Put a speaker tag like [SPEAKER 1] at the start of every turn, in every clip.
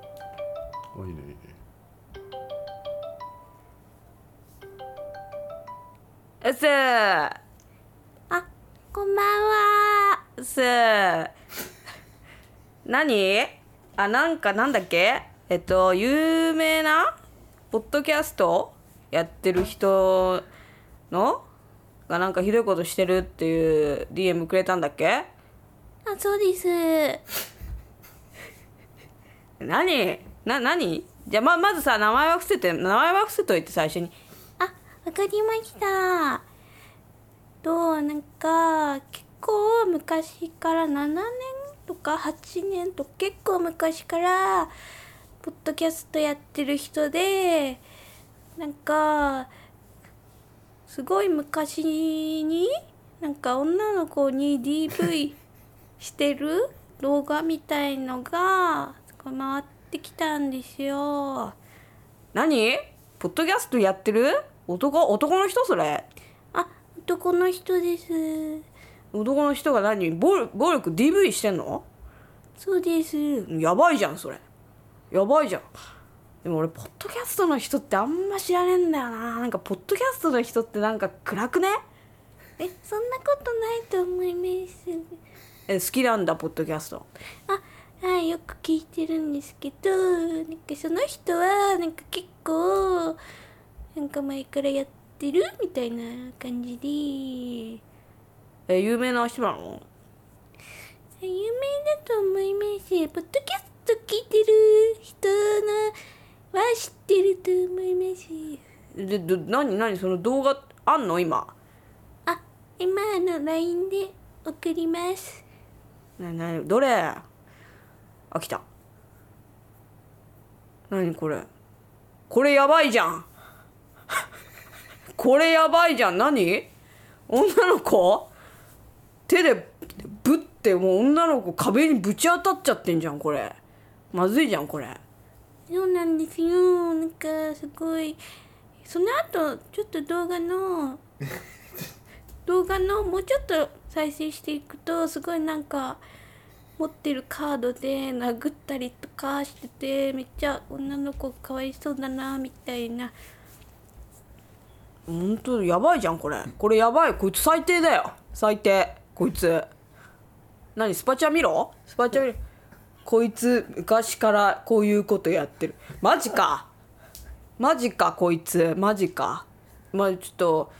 [SPEAKER 1] あいいねいいね
[SPEAKER 2] うっすーあこんばんはうっすー何あなんかなんだっけえっと有名なポッドキャストやってる人のがなんかひどいことしてるっていう DM くれたんだっけあそうです何な何じゃあままずさ名前は伏せて名前は伏せといて最初にあわかりましたとなんか結構昔から7年とか8年と結構昔からポッドキャストやってる人でなんかすごい昔になんか女の子に DV してる動画みたいのが回ってきたんですよ。何ポッドキャストやってる男男の人それあ男の人です男の人が何暴暴力 DV してんのそうですやばいじゃんそれやばいじゃんでも俺ポッドキャストの人ってあんま知らねえんだよななんかポッドキャストの人ってなんか暗くね
[SPEAKER 3] えそんなことないと思います
[SPEAKER 2] え好きなんだポッドキャスト
[SPEAKER 3] あはいよく聞いてるんですけどなんかその人はなんか結構なんか前からやってるみたいな感じで
[SPEAKER 2] え有名な人なの
[SPEAKER 3] 有名だと思いますポッドキャスト聞いてる人のは知ってると思います
[SPEAKER 2] でど何何その動画あんの今
[SPEAKER 3] あ今あの LINE で送ります
[SPEAKER 2] ななどれあ来た何これこれやばいじゃんこれやばいじゃん何女の子手でぶってもう女の子壁にぶち当たっちゃってんじゃんこれまずいじゃんこれ
[SPEAKER 3] そうなんですよなんかすごいその後ちょっと動画の 動画のもうちょっと再生していくとすごいなんか持ってるカードで殴ったりとかしててめっちゃ女の子かわいそうだなみたいな
[SPEAKER 2] ほんとやばいじゃんこれこれやばいこいつ最低だよ最低こいつ何スパチャ見ろスパチャ見ろこいつ昔からこういうことやってるマジかマジかこいつマジかまあちょっと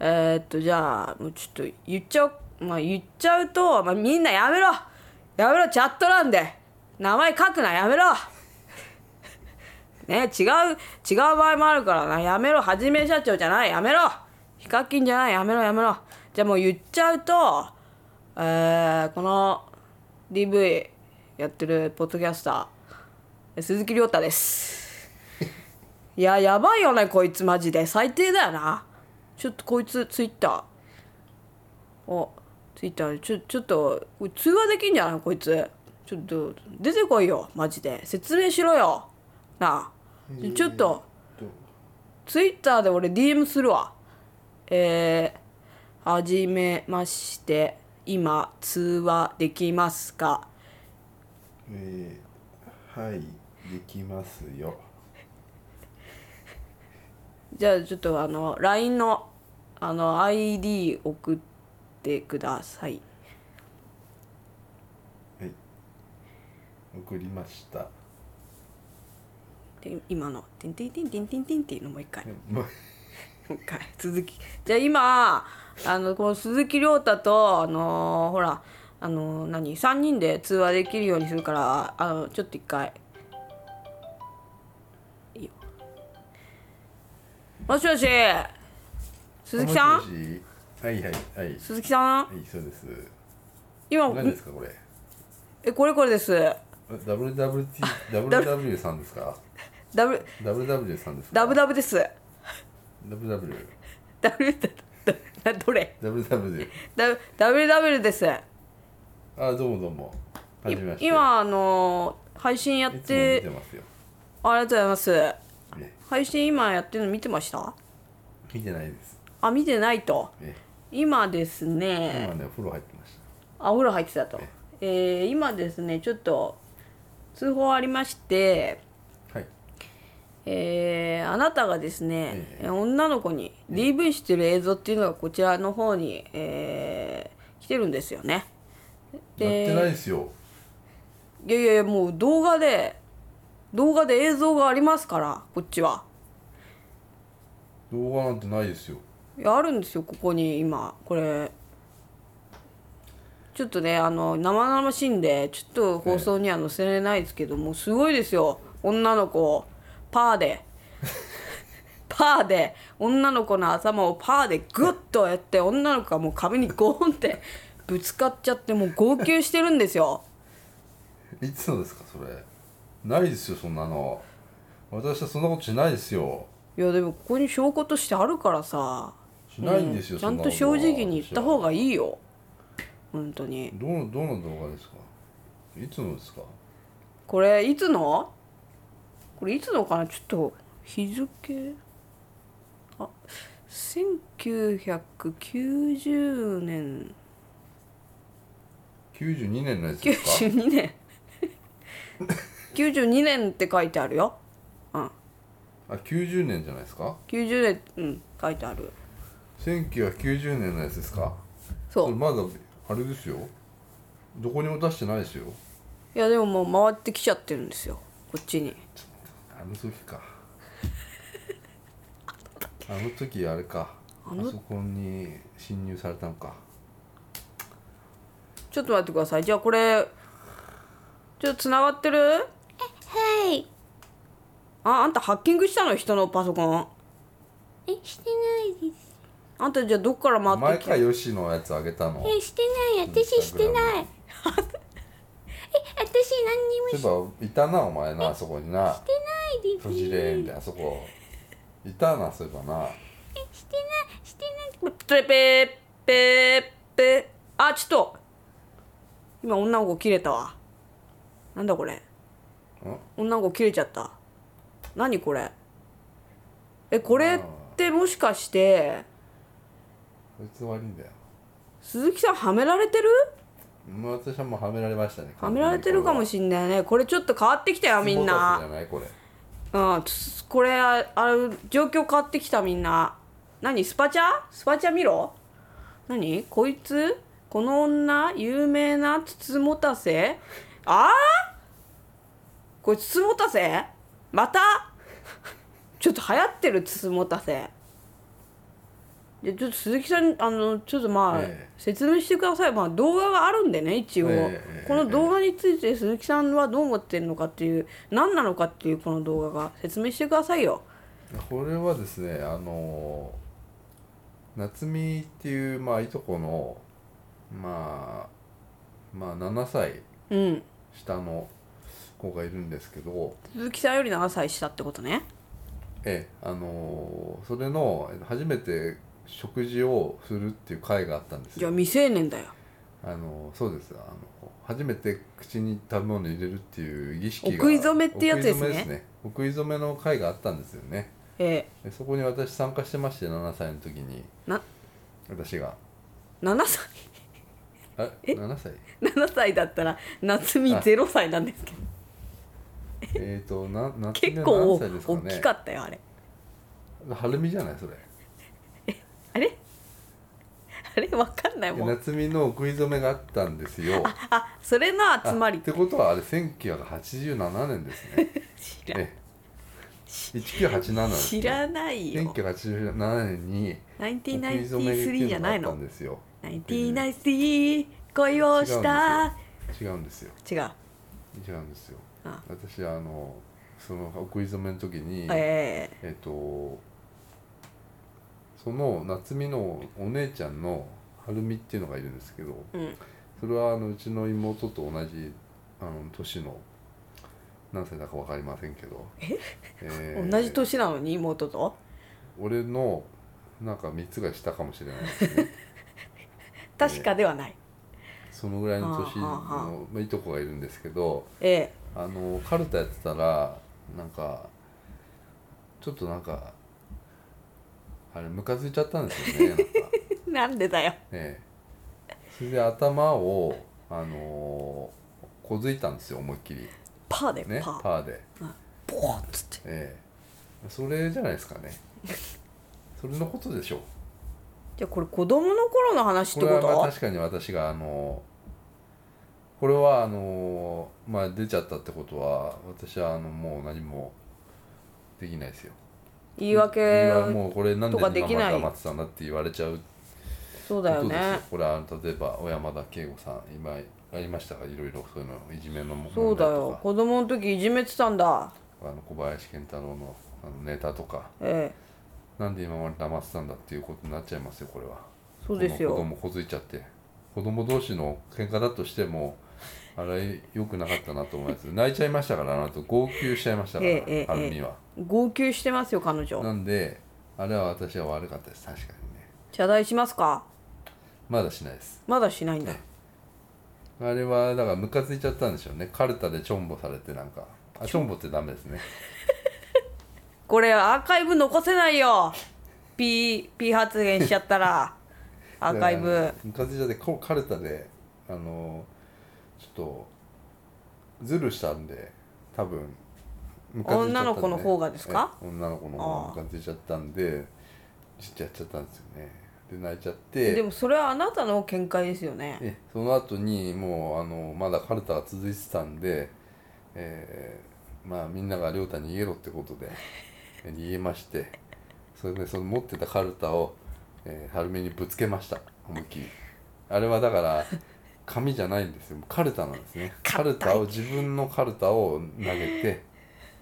[SPEAKER 2] えー、っとじゃあもうちょっと言っちゃうまあ言っちゃうと、まあ、みんなやめろやめろチャット欄で名前書くなやめろね違う違う場合もあるからなやめろはじめ社長じゃないやめろヒカキンじゃないやめろやめろじゃあもう言っちゃうとえー、この DV やってるポッドキャスター鈴木亮太ですいややばいよねこいつマジで最低だよなちょっとこいつツイッターおツイッターでちょちょっとこれ通話できんじゃないこいつちょっと出てこいよマジで説明しろよなあちょっと
[SPEAKER 1] どう
[SPEAKER 2] ツイッターで俺 DM するわ。えー、はじめまして、今、通話できますか
[SPEAKER 1] えー、はいできますよ
[SPEAKER 2] じゃあ、ちょっとあの、LINE の、あの、ID 送ってくださ
[SPEAKER 1] は
[SPEAKER 2] い。
[SPEAKER 1] い送りました
[SPEAKER 2] で今の、てんてんてんてんてんてんっていうのもう一回。
[SPEAKER 1] で
[SPEAKER 2] も
[SPEAKER 1] もま
[SPEAKER 2] う一回、続き。じゃあ、今、あの、この鈴木亮太と、あのーほら、あのー何、3人で通話できるようにするから、あの、ちょっと一回。もしもし鈴木さ
[SPEAKER 1] もし
[SPEAKER 2] ん
[SPEAKER 1] もしはいはいはいはい
[SPEAKER 2] 鈴木さん
[SPEAKER 1] そうです
[SPEAKER 2] 今
[SPEAKER 1] 何ですかこれ
[SPEAKER 2] えこれこれです
[SPEAKER 1] WWTWW さんですか
[SPEAKER 2] ダブ
[SPEAKER 1] WW さんですか
[SPEAKER 2] ダブダブです
[SPEAKER 1] ダブダブル
[SPEAKER 2] ダブルダブ どれ
[SPEAKER 1] ダブダブル
[SPEAKER 2] ダブダブルダブルです
[SPEAKER 1] あどうもどうもはいじめまして
[SPEAKER 2] 今あのー配信やっ
[SPEAKER 1] いつも見て
[SPEAKER 2] て
[SPEAKER 1] ますよ
[SPEAKER 2] ありがとうございます
[SPEAKER 1] ね
[SPEAKER 2] 配信今やってるの見てました
[SPEAKER 1] 見てないです
[SPEAKER 2] あ見てないと
[SPEAKER 1] ね
[SPEAKER 2] 今ですね
[SPEAKER 1] 今ねお風呂入ってました
[SPEAKER 2] あお風呂入ってたとえー、今ですねちょっと通報ありまして
[SPEAKER 1] はい
[SPEAKER 2] えーあなたがですね
[SPEAKER 1] え、え
[SPEAKER 2] えー女の子に DV してる映像っていうのがこちらの方に、えー来てるんですよね。
[SPEAKER 1] やってないですよ
[SPEAKER 2] いやいやいやもう動画で動画で映像がありますからこっちは。
[SPEAKER 1] 動画なんてないですよ
[SPEAKER 2] いやあるんですよここに今これちょっとねあの生々しいんでちょっと放送には載せれないですけどもすごいですよ女の子をパー でパーで女の子の頭をパーでグッとやって女の子がもう壁にゴーンってぶつかっちゃってもう号泣してるんですよ
[SPEAKER 1] いつのですかそれないですよそんなの私はそんなことしないですよ
[SPEAKER 2] いやでもここに証拠としてあるからさ
[SPEAKER 1] しないんですよ、
[SPEAKER 2] うち
[SPEAKER 1] そ
[SPEAKER 2] ゃんと正直に言った方がいいよ本当に
[SPEAKER 1] どのどの動画ですかいつのですか
[SPEAKER 2] これいつのこれいつのかなちょっと日付あ1990年
[SPEAKER 1] 92年のやつですか
[SPEAKER 2] 92年 92年って書いてあるよ、うん、
[SPEAKER 1] あ90年じゃないですか
[SPEAKER 2] 90年うん書いてある
[SPEAKER 1] 1990年のやつですか
[SPEAKER 2] そ
[SPEAKER 1] れ
[SPEAKER 2] う
[SPEAKER 1] まだあれですよどこにも出してないですよ
[SPEAKER 2] いやでももう回ってきちゃってるんですよこっちに
[SPEAKER 1] あの時かあの時あれかあそこに侵入されたのか
[SPEAKER 2] ちょっと待ってくださいじゃあこれちょっとつながってる
[SPEAKER 3] はい
[SPEAKER 2] ああんたハッキングしたの人のパソコン
[SPEAKER 3] えしてないです
[SPEAKER 2] あんたじゃあどっから
[SPEAKER 1] 前
[SPEAKER 2] 回ってき
[SPEAKER 1] か
[SPEAKER 2] た
[SPEAKER 1] ヨシのやつあげたの
[SPEAKER 3] えしてない私して ないえ私何にもし
[SPEAKER 1] そういえばいたなお前なあそこにな
[SPEAKER 3] て
[SPEAKER 1] ト
[SPEAKER 3] ないです
[SPEAKER 1] ジレーンであそこいたなそういえばな
[SPEAKER 3] えしてないしてない
[SPEAKER 2] ペーペーペーペーあちょっと今女の子切れたわなんだこれ女の子切れちゃった何これえこれってもしかして
[SPEAKER 1] こいつ悪いんだよ
[SPEAKER 2] 鈴木さんはめられてる
[SPEAKER 1] もう私はもうはめられましたね
[SPEAKER 2] はめられてるかもしんないねこれちょっと変わってきたよみん
[SPEAKER 1] スボタス
[SPEAKER 2] な
[SPEAKER 1] じゃないこれ
[SPEAKER 2] うんつこれああ状況変わってきたみんな何スパチャスパチャ見ろ何こいつこの女有名なつつもたせああこれつつもたせまたちょっと流行ってるつつもたせでちょっと鈴木さんあのちょっとまあ、
[SPEAKER 1] ええ
[SPEAKER 2] 説明してくださいまあ動画があるんでね一応、
[SPEAKER 1] ええええ
[SPEAKER 2] この動画について鈴木さんはどう思ってるのかっていう何なのかっていうこの動画が説明してくださいよ
[SPEAKER 1] これはですねあの夏美っていうまあいとこのまあまあ7歳
[SPEAKER 2] うん
[SPEAKER 1] 下の子がいるんですけど
[SPEAKER 2] 鈴木さんより7歳下ってことね
[SPEAKER 1] ええあのそれの初めて食事をするっていう会があったんです
[SPEAKER 2] じゃあ
[SPEAKER 1] よ
[SPEAKER 2] 未成年だよ
[SPEAKER 1] あのそうですあの初めて口に食べ物入れるっていう儀式が
[SPEAKER 2] お食い初めってやつですね
[SPEAKER 1] お食い初めお食い初めの会があったんですよね
[SPEAKER 2] え
[SPEAKER 1] でそこに私参加してまして7歳の時に
[SPEAKER 2] な
[SPEAKER 1] 私が
[SPEAKER 2] え7歳
[SPEAKER 1] え7歳
[SPEAKER 2] 7歳だったら夏美
[SPEAKER 1] あ
[SPEAKER 2] 0歳なんですけど
[SPEAKER 1] えっ、ー、とな夏目
[SPEAKER 2] 結
[SPEAKER 1] 何
[SPEAKER 2] 構
[SPEAKER 1] 歳ですか
[SPEAKER 2] 大
[SPEAKER 1] ね
[SPEAKER 2] きかったよあれ
[SPEAKER 1] 春美じゃないそれ
[SPEAKER 2] あれあれわかんないもん
[SPEAKER 1] 夏美のお食い初めがあったんですよ
[SPEAKER 2] あそれの集まり
[SPEAKER 1] ってことはあれ1987年ですね
[SPEAKER 2] 知ら
[SPEAKER 1] ええ1987年
[SPEAKER 2] 知らないよ
[SPEAKER 1] 1987年に
[SPEAKER 2] 1993じゃない
[SPEAKER 1] お食
[SPEAKER 2] の
[SPEAKER 1] い初めってうがあったんですよ
[SPEAKER 2] 1993恋をした
[SPEAKER 1] 違うんですよ
[SPEAKER 2] 違う
[SPEAKER 1] 違うんですよ
[SPEAKER 2] あ
[SPEAKER 1] 私あのそのお食い初めの時に
[SPEAKER 2] え
[SPEAKER 1] えっとその夏美のお姉ちゃんの春美っていうのがいるんですけど
[SPEAKER 2] えうん
[SPEAKER 1] それはあのうちの妹と同じあの年の何歳だか分かりませんけどえー
[SPEAKER 2] 同じ年なのに妹と
[SPEAKER 1] 俺のなんか3つが下かもし れないですね
[SPEAKER 2] 確かではない
[SPEAKER 1] そのぐらいの年の
[SPEAKER 2] はあはあは
[SPEAKER 1] まあいとこがいるんですけど
[SPEAKER 2] え
[SPEAKER 1] あのカルタやってたらなんかちょっとなんかあれムカついちゃったんですよねなん か
[SPEAKER 2] えなんでだよ
[SPEAKER 1] ええそれで頭をあのー、小突いたんですよ思いっきり
[SPEAKER 2] パーで
[SPEAKER 1] ね
[SPEAKER 2] パー
[SPEAKER 1] パーで
[SPEAKER 2] ボーンっつって
[SPEAKER 1] ええそれじゃないですかねそれのことでしょう
[SPEAKER 2] じゃあこれ子供の頃の話っ
[SPEAKER 1] こ
[SPEAKER 2] て
[SPEAKER 1] れ
[SPEAKER 2] こ
[SPEAKER 1] は
[SPEAKER 2] と
[SPEAKER 1] まあ確かに私があのこれはあのまあ出ちゃったってことは私はあのもう何もできないですよ
[SPEAKER 2] 言い訳
[SPEAKER 1] 今もうこれなんで
[SPEAKER 2] とかでき
[SPEAKER 1] 今ま
[SPEAKER 2] ない
[SPEAKER 1] で黙ってたんだって言われちゃう
[SPEAKER 2] そう
[SPEAKER 1] こ
[SPEAKER 2] だよ
[SPEAKER 1] とですよ
[SPEAKER 2] ね
[SPEAKER 1] これは例えば小山田圭吾さん今ありましたがいろいろそういうのいじめの問題とか
[SPEAKER 2] そうだよ子供の時いじめてたんだ
[SPEAKER 1] あの小林賢太郎のあのネタとか
[SPEAKER 2] ええ
[SPEAKER 1] なんで今まで黙ってたんだっていうことになっちゃいますよこれは
[SPEAKER 2] そうですよ
[SPEAKER 1] この子供こづいちゃって子供同士の喧嘩だとしてもあれ良くなかったなと思います泣いちゃいましたからあの後号泣しちゃいましたから、
[SPEAKER 2] ええええ
[SPEAKER 1] あるには、
[SPEAKER 2] 号泣してますよ彼女
[SPEAKER 1] なんであれは私は悪かったです確かにね
[SPEAKER 2] 謝罪しますか
[SPEAKER 1] まだしないです
[SPEAKER 2] まだしないんだ
[SPEAKER 1] あれはだからムカついちゃったんでしょうねカルタでチョンボされてなんかあチョンボってダメですね
[SPEAKER 2] これアーカイブ残せないよピーピー発言しちゃっ たら アーカイ
[SPEAKER 1] だか
[SPEAKER 2] ブ
[SPEAKER 1] らムカついちゃってこカルタであのちょっとズルしたんで多分ムカついちゃったんで
[SPEAKER 2] 女の子の方がですか
[SPEAKER 1] え女の子の方がムカついちゃったんでちっちゃいやっちゃったんですよねで泣いちゃって
[SPEAKER 2] でもそれはあなたの見解ですよね
[SPEAKER 1] えその後にもうあのまだカルタが続いてたんで、えーまあみんなが亮太に逃げろってことで え逃げましてそれでその持ってたカルタを、えー、春美にぶつけました思いっきりあれはだから紙じゃないんですよカルタなんですねカルタを自分のカルタを投げて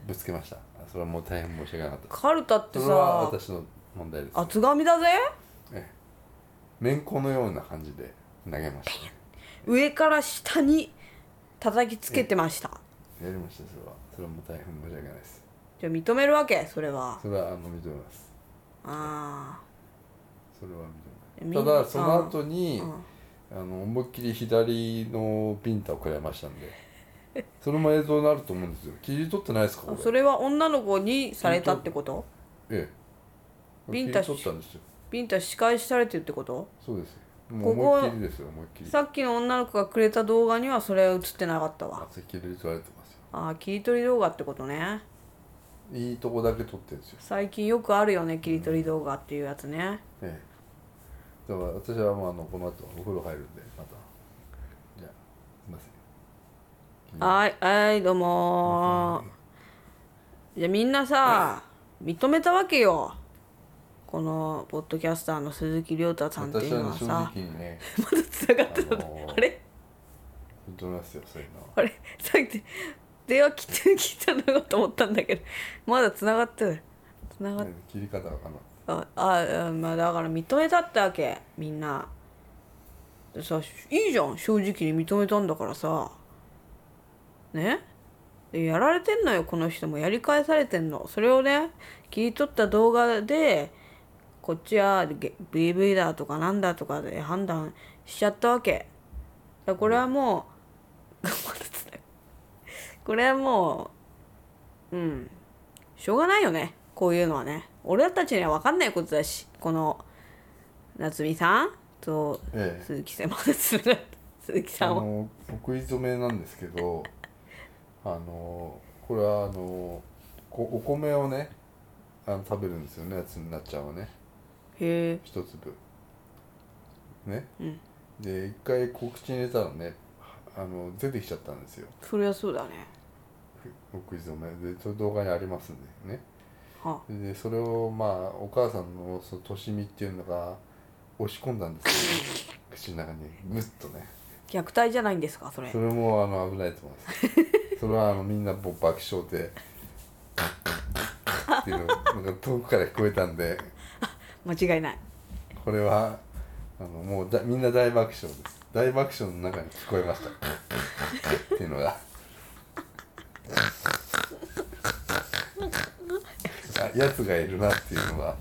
[SPEAKER 1] ぶつけましたそれはもう大変申し訳なかった
[SPEAKER 2] カルタって
[SPEAKER 1] それは
[SPEAKER 2] さ
[SPEAKER 1] 私の問題です
[SPEAKER 2] 厚紙だぜ
[SPEAKER 1] めんこのような感じで投げましたね
[SPEAKER 2] 上から下に叩きつけてました
[SPEAKER 1] やりましたそれはそれはもう大変申し訳ないです
[SPEAKER 2] じゃあ認めるわけそれは
[SPEAKER 1] それはあの認めます
[SPEAKER 2] あ
[SPEAKER 1] それは認
[SPEAKER 2] み
[SPEAKER 1] め
[SPEAKER 2] ん
[SPEAKER 1] ますただその後
[SPEAKER 2] あ
[SPEAKER 1] に、あの思いっきり左のビンタを食らいましたんでそれも映像になると思うんですよ切り取ってないですかこれ
[SPEAKER 2] それは女の子にされたってこと
[SPEAKER 1] ええ
[SPEAKER 2] ビンタし
[SPEAKER 1] 切り取ったんですよ
[SPEAKER 2] ビンタ仕返しされてるってこと
[SPEAKER 1] そうですよもう
[SPEAKER 2] ここ
[SPEAKER 1] 思いっきりですよ思いっきり
[SPEAKER 2] さっきの女の子がくれた動画にはそれは映ってなかったわ
[SPEAKER 1] 汗切り取られてますよ
[SPEAKER 2] ああ切り取り動画ってことね
[SPEAKER 1] いいとこだけ撮ってるんですよ
[SPEAKER 2] 最近よくあるよね切り取り動画っていうやつね
[SPEAKER 1] ええだから私はもうあのこの後お風呂入るんでまたじゃあすいません
[SPEAKER 2] はいはいどうもーじゃあみんなさ認めたわけよこのポッドキャスターの鈴木亮太さんってい
[SPEAKER 1] 私
[SPEAKER 2] う
[SPEAKER 1] はね
[SPEAKER 2] のは
[SPEAKER 1] 正
[SPEAKER 2] さ
[SPEAKER 1] 直にね
[SPEAKER 2] まだ繋がった
[SPEAKER 1] あの
[SPEAKER 2] の
[SPEAKER 1] ー
[SPEAKER 2] あれ
[SPEAKER 1] 認めますよそういうのは
[SPEAKER 2] あれさっき電話切って切ったのかと思ったんだけどまだ繋がってる繋がっ
[SPEAKER 1] 切り方がかな
[SPEAKER 2] あああまあだから認めたってわけみんなさいいじゃん正直に認めたんだからさねでやられてんのよこの人もやり返されてんのそれをね切り取った動画でこっちはげ VV だとかなんだとかで判断しちゃったわけだからこれはもう これはもううんしょうがないよねこういうのはね俺たちには分かんないことだしこの夏美さんと
[SPEAKER 1] ええ
[SPEAKER 2] 鈴木さんまだつながった 鈴木さ
[SPEAKER 1] あ
[SPEAKER 2] んは
[SPEAKER 1] のお食い初めなんですけどあのこれはあのこお米をねあの食べるんですよねつなっちゃんはね
[SPEAKER 2] へえ
[SPEAKER 1] 一粒ね、
[SPEAKER 2] うん
[SPEAKER 1] で一回こう口に入れたらねあの出てきちゃったんですよ
[SPEAKER 2] そりゃそうだね
[SPEAKER 1] お食い初めでその動画にありますんでね
[SPEAKER 2] は
[SPEAKER 1] でそれをまあお母さんのそのとしみっていうのが押し込んだんです よ口の中にグッとね
[SPEAKER 2] 虐待じゃないんですかそれ
[SPEAKER 1] それもあの危ないと思いますそれはあのみんなもう爆笑でカッカッカッカッっていうのがなんか遠くから聞こえたんで
[SPEAKER 2] 間違いない
[SPEAKER 1] これはあのもうだみんな大爆笑です大爆笑の中に聞こえましたカッカッカッカッっていうのがあやつがいるなっていうのが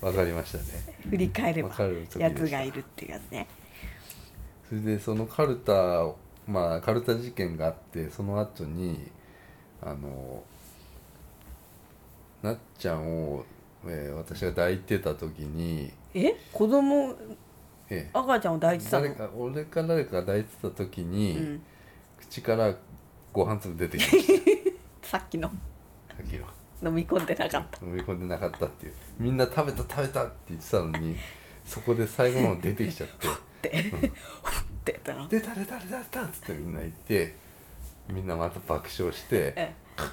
[SPEAKER 1] わかりましたね
[SPEAKER 2] 振り返れば
[SPEAKER 1] わかる時でした
[SPEAKER 2] やつがいるっていうやつね
[SPEAKER 1] それでそのカルタをまあカルタ事件があってその後にあのなっちゃんを、えー私が抱いてた時に、
[SPEAKER 2] え子供
[SPEAKER 1] ええ
[SPEAKER 2] 赤ちゃんを抱いてたの
[SPEAKER 1] 誰か俺か誰かが抱いてた時に、
[SPEAKER 2] うん
[SPEAKER 1] 口からご飯粒出てきまし
[SPEAKER 2] さっきの
[SPEAKER 1] たさっきの
[SPEAKER 2] 飲み込んでなかった
[SPEAKER 1] 飲み込んでなかったっていうみんな食べた食べたって言ってたのにそこで最後の方出てきちゃって
[SPEAKER 2] って、ふってやったら
[SPEAKER 1] 「出た出た出た出た」っつってみんな言ってみんなまた爆笑して
[SPEAKER 2] え
[SPEAKER 1] っ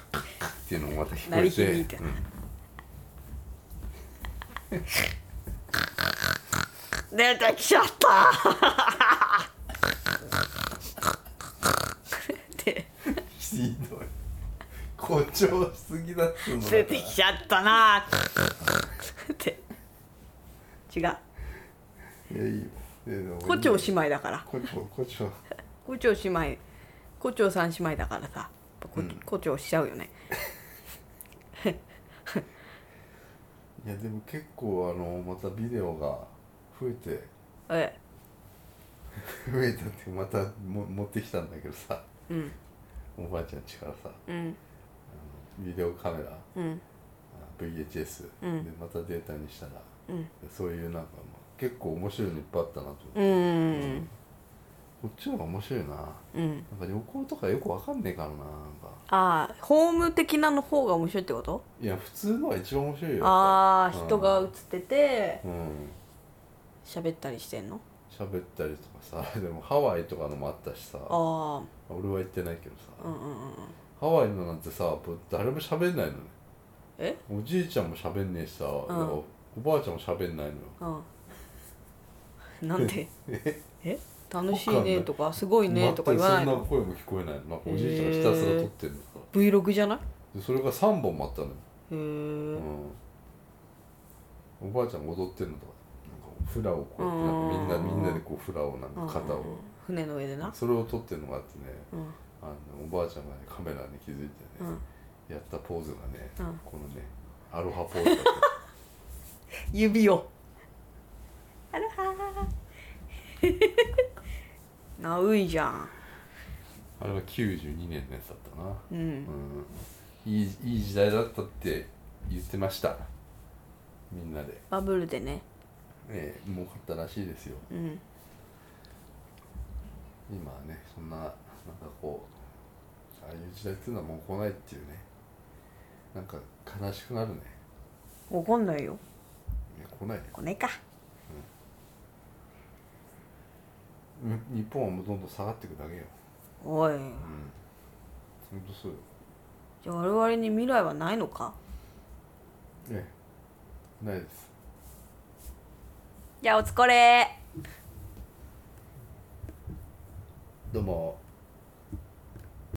[SPEAKER 1] ていうのもまた聞こ
[SPEAKER 2] 鳴
[SPEAKER 1] え
[SPEAKER 2] り
[SPEAKER 1] て
[SPEAKER 2] 響いて
[SPEAKER 1] うん
[SPEAKER 2] 出てきちゃった で
[SPEAKER 1] ひどい誇張しすぎだっつうのだから
[SPEAKER 2] 出てきちゃったな って違う
[SPEAKER 1] いやいいよいやでも
[SPEAKER 2] 胡蝶姉妹だから
[SPEAKER 1] 胡蝶胡蝶
[SPEAKER 2] 胡蝶姉妹胡蝶三姉妹だからさやっぱ胡
[SPEAKER 1] うん
[SPEAKER 2] 胡蝶しちゃうよね
[SPEAKER 1] いやでも結構あのまたビデオが増えて
[SPEAKER 2] え
[SPEAKER 1] 増えたってまたも持ってきたんだけどさ
[SPEAKER 2] えうん
[SPEAKER 1] おばあちゃんちからさ
[SPEAKER 2] うん
[SPEAKER 1] ビデオカメラあ
[SPEAKER 2] うん
[SPEAKER 1] VHS、
[SPEAKER 2] うん
[SPEAKER 1] でまたデータにしたら
[SPEAKER 2] うん
[SPEAKER 1] そういうなんかまあ結構面白いのいっぱいあったなと思って、
[SPEAKER 2] うん
[SPEAKER 1] こっちの方が面白いななんか
[SPEAKER 2] うん
[SPEAKER 1] 旅行とかよくわかんねえからななんか
[SPEAKER 2] ああホーム的なの方が面白いってこと
[SPEAKER 1] いや普通のは一番面白いよ
[SPEAKER 2] あ
[SPEAKER 1] う
[SPEAKER 2] あ
[SPEAKER 1] ん
[SPEAKER 2] 人が映ってて
[SPEAKER 1] うん
[SPEAKER 2] 喋ったりしてんの
[SPEAKER 1] 喋ったりとかさ でもハワイとかのもあったしさ
[SPEAKER 2] あ
[SPEAKER 1] 俺は行ってないけどさ、
[SPEAKER 2] あうんうんうんうん
[SPEAKER 1] ハワイのなんてさぶ誰も喋んないのね
[SPEAKER 2] え
[SPEAKER 1] おじいちゃんも喋んねえしさ、なんかおばあちゃんも喋んないのよ
[SPEAKER 2] うんなんでえ楽しいねとかすごいね
[SPEAKER 1] 全
[SPEAKER 2] と
[SPEAKER 1] く
[SPEAKER 2] か言わない
[SPEAKER 1] そん
[SPEAKER 2] の
[SPEAKER 1] な声も聞こえないのなんかおじいちゃんがひたすら撮ってるのさ
[SPEAKER 2] Vlog じゃない
[SPEAKER 1] でそれが3本もあったのよ、
[SPEAKER 2] へえ
[SPEAKER 1] うん、おばあちゃんが踊ってるのとかなんかフラをこうやってなんかみんな
[SPEAKER 2] うん
[SPEAKER 1] みんなでこうフラをなんか肩を
[SPEAKER 2] 船の上でな
[SPEAKER 1] それを撮ってるのがあってね
[SPEAKER 2] うん
[SPEAKER 1] あのおばあちゃんがねカメラに気づいてね、
[SPEAKER 2] うん
[SPEAKER 1] やったポーズがね、
[SPEAKER 2] うん
[SPEAKER 1] このねアロハポーズだっ
[SPEAKER 2] 指をアロハー なういじゃん
[SPEAKER 1] た あれが92年のやつだったな、
[SPEAKER 2] う
[SPEAKER 1] うん
[SPEAKER 2] ん
[SPEAKER 1] いいいい時代だったって言ってましたみんなで、
[SPEAKER 2] バブルでね
[SPEAKER 1] ええ、儲かったらしいですよ
[SPEAKER 2] うん
[SPEAKER 1] 今はねそんななんかこうああいう時代っていうのはもう来ないっていうねなんか悲しくなるね
[SPEAKER 2] 怒んないよ
[SPEAKER 1] いや来ないよ
[SPEAKER 2] これか
[SPEAKER 1] に日本はもうどんどん下がっていくだけよ
[SPEAKER 2] おい
[SPEAKER 1] うんほんとそうよ
[SPEAKER 2] じゃあ我々に未来はないのか
[SPEAKER 1] ええないです
[SPEAKER 2] じゃあお疲れ
[SPEAKER 1] どうも